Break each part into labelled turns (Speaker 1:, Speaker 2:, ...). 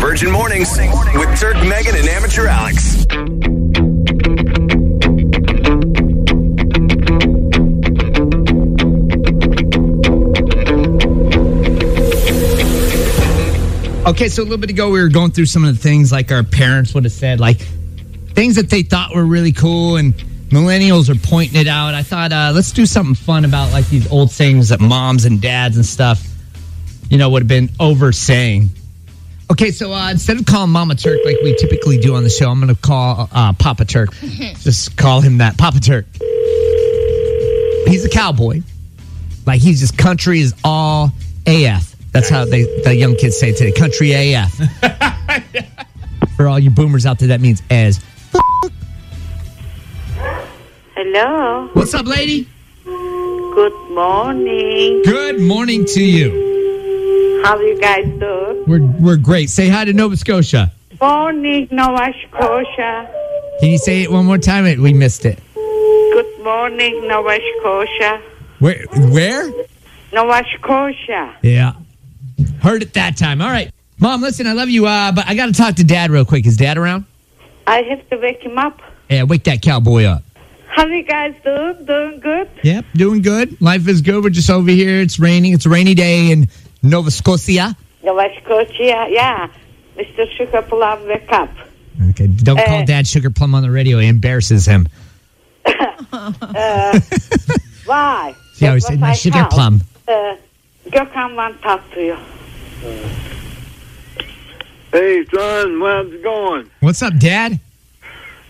Speaker 1: Virgin Mornings with Turk, Megan, and Amateur Alex.
Speaker 2: Okay, so a little bit ago, we were going through some of the things like our parents would have said, like things that they thought were really cool, and millennials are pointing it out. I thought, uh, let's do something fun about like these old things that moms and dads and stuff, you know, would have been over saying. Okay, so uh, instead of calling Mama Turk like we typically do on the show, I'm going to call uh, Papa Turk. just call him that, Papa Turk. He's a cowboy. Like he's just country is all AF. That's how they the young kids say it today. Country AF. For all you boomers out there, that means as.
Speaker 3: Hello.
Speaker 2: What's up, lady?
Speaker 3: Good morning.
Speaker 2: Good morning to you.
Speaker 3: How you guys do?
Speaker 2: We're we're great. Say hi to Nova Scotia.
Speaker 3: Morning, Nova Scotia.
Speaker 2: Can you say it one more time? We missed it.
Speaker 3: Good morning, Nova Scotia.
Speaker 2: Where? Where?
Speaker 3: Nova Scotia.
Speaker 2: Yeah. Heard it that time. All right. Mom, listen, I love you, uh, but I got to talk to Dad real quick. Is Dad around?
Speaker 3: I have to wake him up.
Speaker 2: Yeah, wake that cowboy up.
Speaker 3: How you guys do? Doing good?
Speaker 2: Yep, doing good. Life is good. We're just over here. It's raining. It's a rainy day in Nova Scotia.
Speaker 3: Nova Scotia, yeah. Mr. Sugar Plum, wake up.
Speaker 2: Okay, don't call
Speaker 3: Eh.
Speaker 2: Dad Sugar Plum on the radio. It embarrasses him.
Speaker 3: Why?
Speaker 2: He always
Speaker 3: That
Speaker 2: said,
Speaker 3: was
Speaker 2: "My Sugar
Speaker 3: house.
Speaker 2: Plum."
Speaker 3: Uh, Gökhan want to talk to you.
Speaker 4: Hey, son, how's it going?
Speaker 2: What's up, Dad?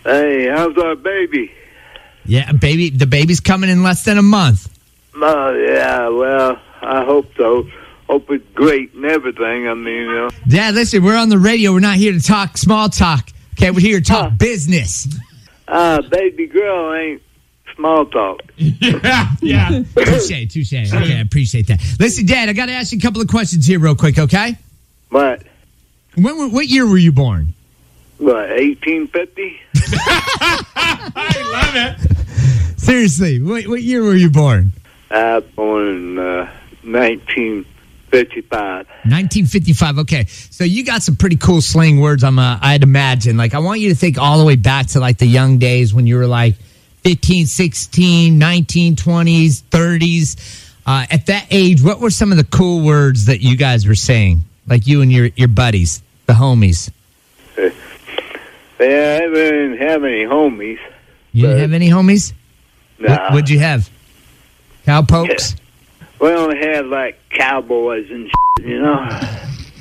Speaker 4: Hey, how's our baby?
Speaker 2: Yeah, baby. The baby's coming in less than a month.
Speaker 4: Oh, yeah, well, I hope so. Hope it's great and everything. I mean, you know.
Speaker 2: Dad, listen, we're on the radio. We're not here to talk small talk. Okay, we're here to talk business.
Speaker 4: Ah, baby girl ain't small talk.
Speaker 2: yeah. Touche, touche. Okay, I appreciate that. Listen, Dad, I got to ask you a couple of questions here, real quick. Okay.
Speaker 4: But,
Speaker 2: When? were- What year were you born?
Speaker 4: what, 1850?
Speaker 2: Seriously, what, what year were you born?
Speaker 4: I born in uh, 1955.
Speaker 2: 1955. Okay, so you got some pretty cool slang words. I'm, uh, I'd imagine. Like, I want you to think all the way back to like the young days when you were like 15, 16, 19, 20s, 30s. Uh, at that age, what were some of the cool words that you guys were saying? Like you and your your buddies, the homies.
Speaker 4: Uh, Yeah, I didn't have any homies.
Speaker 2: You didn't
Speaker 4: Right.
Speaker 2: have any homies.
Speaker 4: Nah.
Speaker 2: What, what'd you have? Cowpokes.
Speaker 4: we only had, like, cowboys and shit, you know?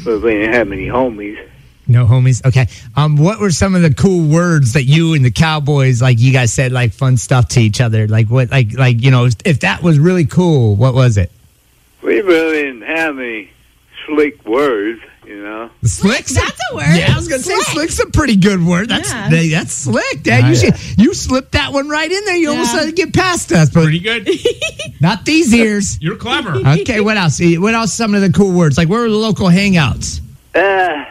Speaker 4: But we didn't have any homies.
Speaker 2: No homies. Okay. Um, what were some of the cool words that you and the Cowboys, like you guys said, like fun stuff to each other? Like what, like, like you know, if, if that was really cool, what was it?
Speaker 4: We really didn't have any slick words, you know.
Speaker 2: Slick's
Speaker 5: That's a word.
Speaker 2: Yeah, I was gonna say slick's a pretty good word. That's
Speaker 5: Yeah.
Speaker 2: they- that's slick, Dad. you should, you slipped that one right in there. You almost
Speaker 5: Yeah.
Speaker 2: let it get past us, but
Speaker 6: Pretty good.
Speaker 2: not these ears.
Speaker 6: You're clever.
Speaker 2: Okay, what else? Eh, What else? Some of the cool words, like where were the local hangouts?
Speaker 4: Uh,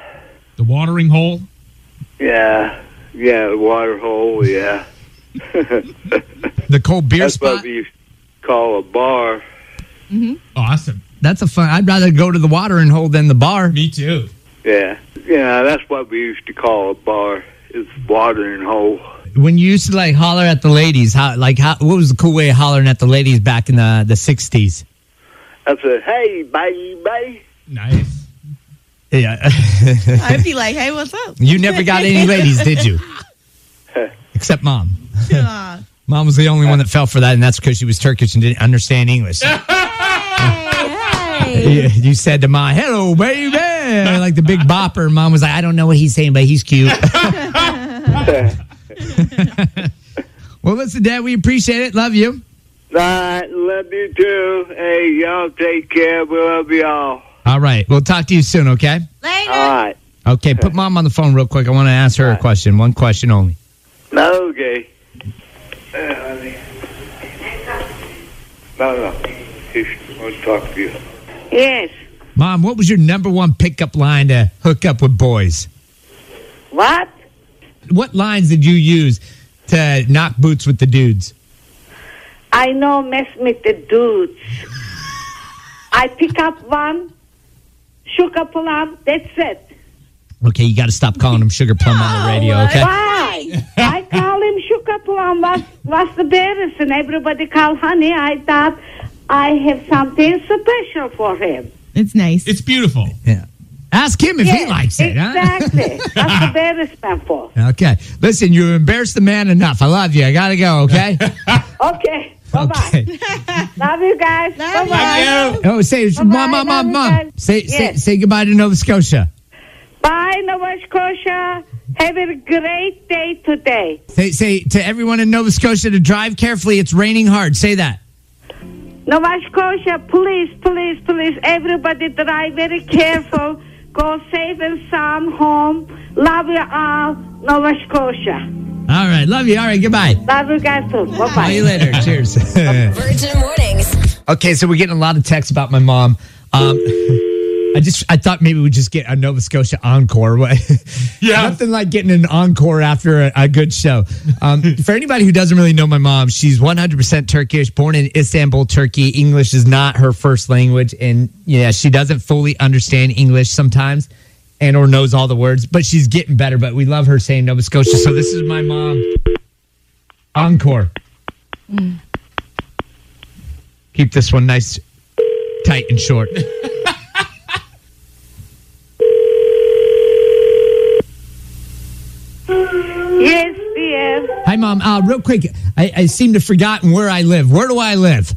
Speaker 6: The watering hole.
Speaker 4: yeah, yeah, the water hole, yeah.
Speaker 2: The cold beer
Speaker 4: That's
Speaker 2: spot.
Speaker 4: what we call a bar.
Speaker 6: Awesome.
Speaker 2: That's a fun. I'd rather go to the watering hole than the bar.
Speaker 6: Me too.
Speaker 4: Yeah, yeah, that's what we used to call a bar. It's watering hole.
Speaker 2: when you used to like holler at the ladies, how like how what was the cool way of hollering at the ladies back in the the sixties?
Speaker 4: I said, hey, baby.
Speaker 6: Nice.
Speaker 2: Yeah,
Speaker 5: I'd be like, hey, what's up?
Speaker 2: you never got any ladies, did you? Except mom.
Speaker 5: Yeah.
Speaker 2: Mom was the only one that fell for that, and that's because she was Turkish and didn't understand English. You, you said to mom, "Hello, baby," like the big bopper. Mom was like, "I don't know what he's saying, but he's cute." well, listen, Dad, we appreciate it. Love you.
Speaker 4: All right, love you too. Hey, y'all take care. We love y'all.
Speaker 2: All right, we'll talk to you soon. Okay.
Speaker 4: All right.
Speaker 2: Okay, put mom on the phone real quick. I want to ask her a question. One question only.
Speaker 4: Okay. Uh, honey. No, no. He's- I'll talk to you.
Speaker 3: Yes.
Speaker 2: Mom, what was your number one pickup line to hook up with boys?
Speaker 3: What?
Speaker 2: What lines did you use to knock boots with the dudes?
Speaker 3: I know mess with the dudes. I pick up one, sugar plum, that's it.
Speaker 2: Okay, you got to stop calling him Sugar Plum on the radio.
Speaker 5: No,
Speaker 2: Okay.
Speaker 3: Why? I call him Sugar Plum. What's, what's the bears? And everybody call honey. I thought I have something special for him.
Speaker 5: It's nice.
Speaker 6: It's beautiful.
Speaker 2: Yeah. Ask him if he
Speaker 3: Yes,
Speaker 2: likes it. huh?
Speaker 3: Exactly. That's the bears man for.
Speaker 2: Okay. Listen, you embarrassed the man enough. I love you. I gotta go. Okay.
Speaker 3: Okay. Bye bye.
Speaker 2: okay.
Speaker 3: Love you guys.
Speaker 5: Love
Speaker 3: bye.
Speaker 6: Yeah.
Speaker 2: Oh, say
Speaker 3: Bye-bye,
Speaker 2: mom, mom, mom, mom.
Speaker 3: Valentine.
Speaker 2: Say, say,
Speaker 3: Yes.
Speaker 2: say goodbye to Nova Scotia.
Speaker 3: Bye, Nova Scotia. Have a great day today.
Speaker 2: Say, say to everyone in Nova Scotia to drive carefully. It's raining hard. Say that.
Speaker 3: Nova Scotia, please, please, please, everybody drive very careful. Go safe and sound home. Love you all, Nova Scotia.
Speaker 2: All right. Love you. All right. Goodbye.
Speaker 3: Love you guys too. Bye
Speaker 2: See you
Speaker 3: bye.
Speaker 2: later. Cheers.
Speaker 7: Virgin Mornings.
Speaker 2: Okay, so we're getting a lot of texts about my mom. Um, I just I thought maybe we'd just get a Nova Scotia encore.
Speaker 6: Yeah.
Speaker 2: nothing like getting an encore after a, a good show. Um, for anybody who doesn't really know my mom, she's 100% Turkish, born in Istanbul, Turkey. English is not her first language, and yeah, she doesn't fully understand English sometimes, and or knows all the words. But she's getting better. But we love her saying Nova Scotia. So this is my mom encore. Keep this one nice, tight, and short.
Speaker 3: Yes, dear.
Speaker 2: Hi, Mom. Uh, real quick, I, I seem to have forgotten where I live. Where do I live?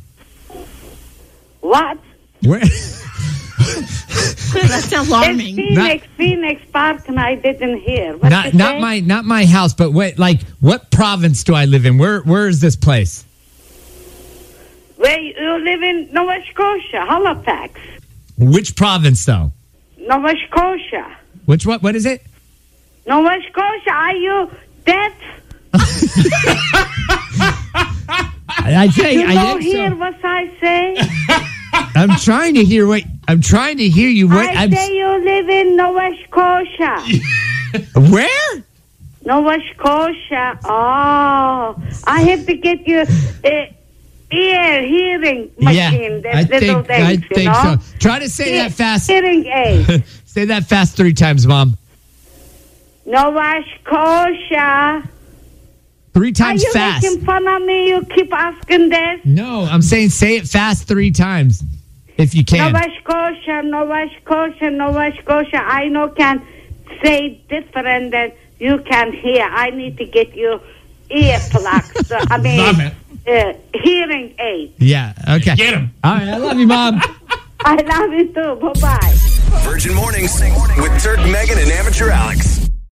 Speaker 3: What?
Speaker 2: Where?
Speaker 5: That's
Speaker 3: It's
Speaker 5: alarming.
Speaker 3: Phoenix, Phoenix Park, and I didn't hear. What
Speaker 2: not
Speaker 3: you
Speaker 2: not
Speaker 3: say?
Speaker 2: my not my house, but what like what province do I live in? Where where is this place?
Speaker 3: Where you live in Nova Scotia, Halifax,
Speaker 2: Which province though?
Speaker 3: Nova Scotia,
Speaker 2: Which what what is it?
Speaker 3: Nova Scotia. Are you deaf?
Speaker 2: I, I think
Speaker 3: You
Speaker 2: I
Speaker 3: don't
Speaker 2: think
Speaker 3: hear
Speaker 2: so.
Speaker 3: what I say.
Speaker 2: I'm trying to hear what I'm trying to hear you. What
Speaker 3: I
Speaker 2: I'm
Speaker 3: say you live in Nova Scotia. Oh
Speaker 2: where?
Speaker 3: Nova Scotia. Oh, I have to get you uh, ear hearing machine.
Speaker 2: I
Speaker 3: that little
Speaker 2: think
Speaker 3: things,
Speaker 2: I
Speaker 3: you
Speaker 2: think
Speaker 3: know?
Speaker 2: so. Try to say
Speaker 3: Ear-
Speaker 2: that fast.
Speaker 3: Hearing aid.
Speaker 2: say that fast three times, Mom.
Speaker 3: Nova Scotia.
Speaker 2: Three times
Speaker 3: Are you
Speaker 2: fast.
Speaker 3: making fun of me? You keep asking this.
Speaker 2: No, I'm saying say it fast three times if you can.
Speaker 3: Nova Scotia, Nova Scotia, Nova Scotia. I know can say different than you can hear. I need to get you ear plugs. So, I mean,
Speaker 6: Love it.
Speaker 3: Uh, hearing aid.
Speaker 2: yeah. Okay.
Speaker 6: Get him.
Speaker 2: All right. I love you, Mom.
Speaker 3: I love you too. Bye bye.
Speaker 1: Virgin Mornings with Turk, Megan, and Amateur Alex.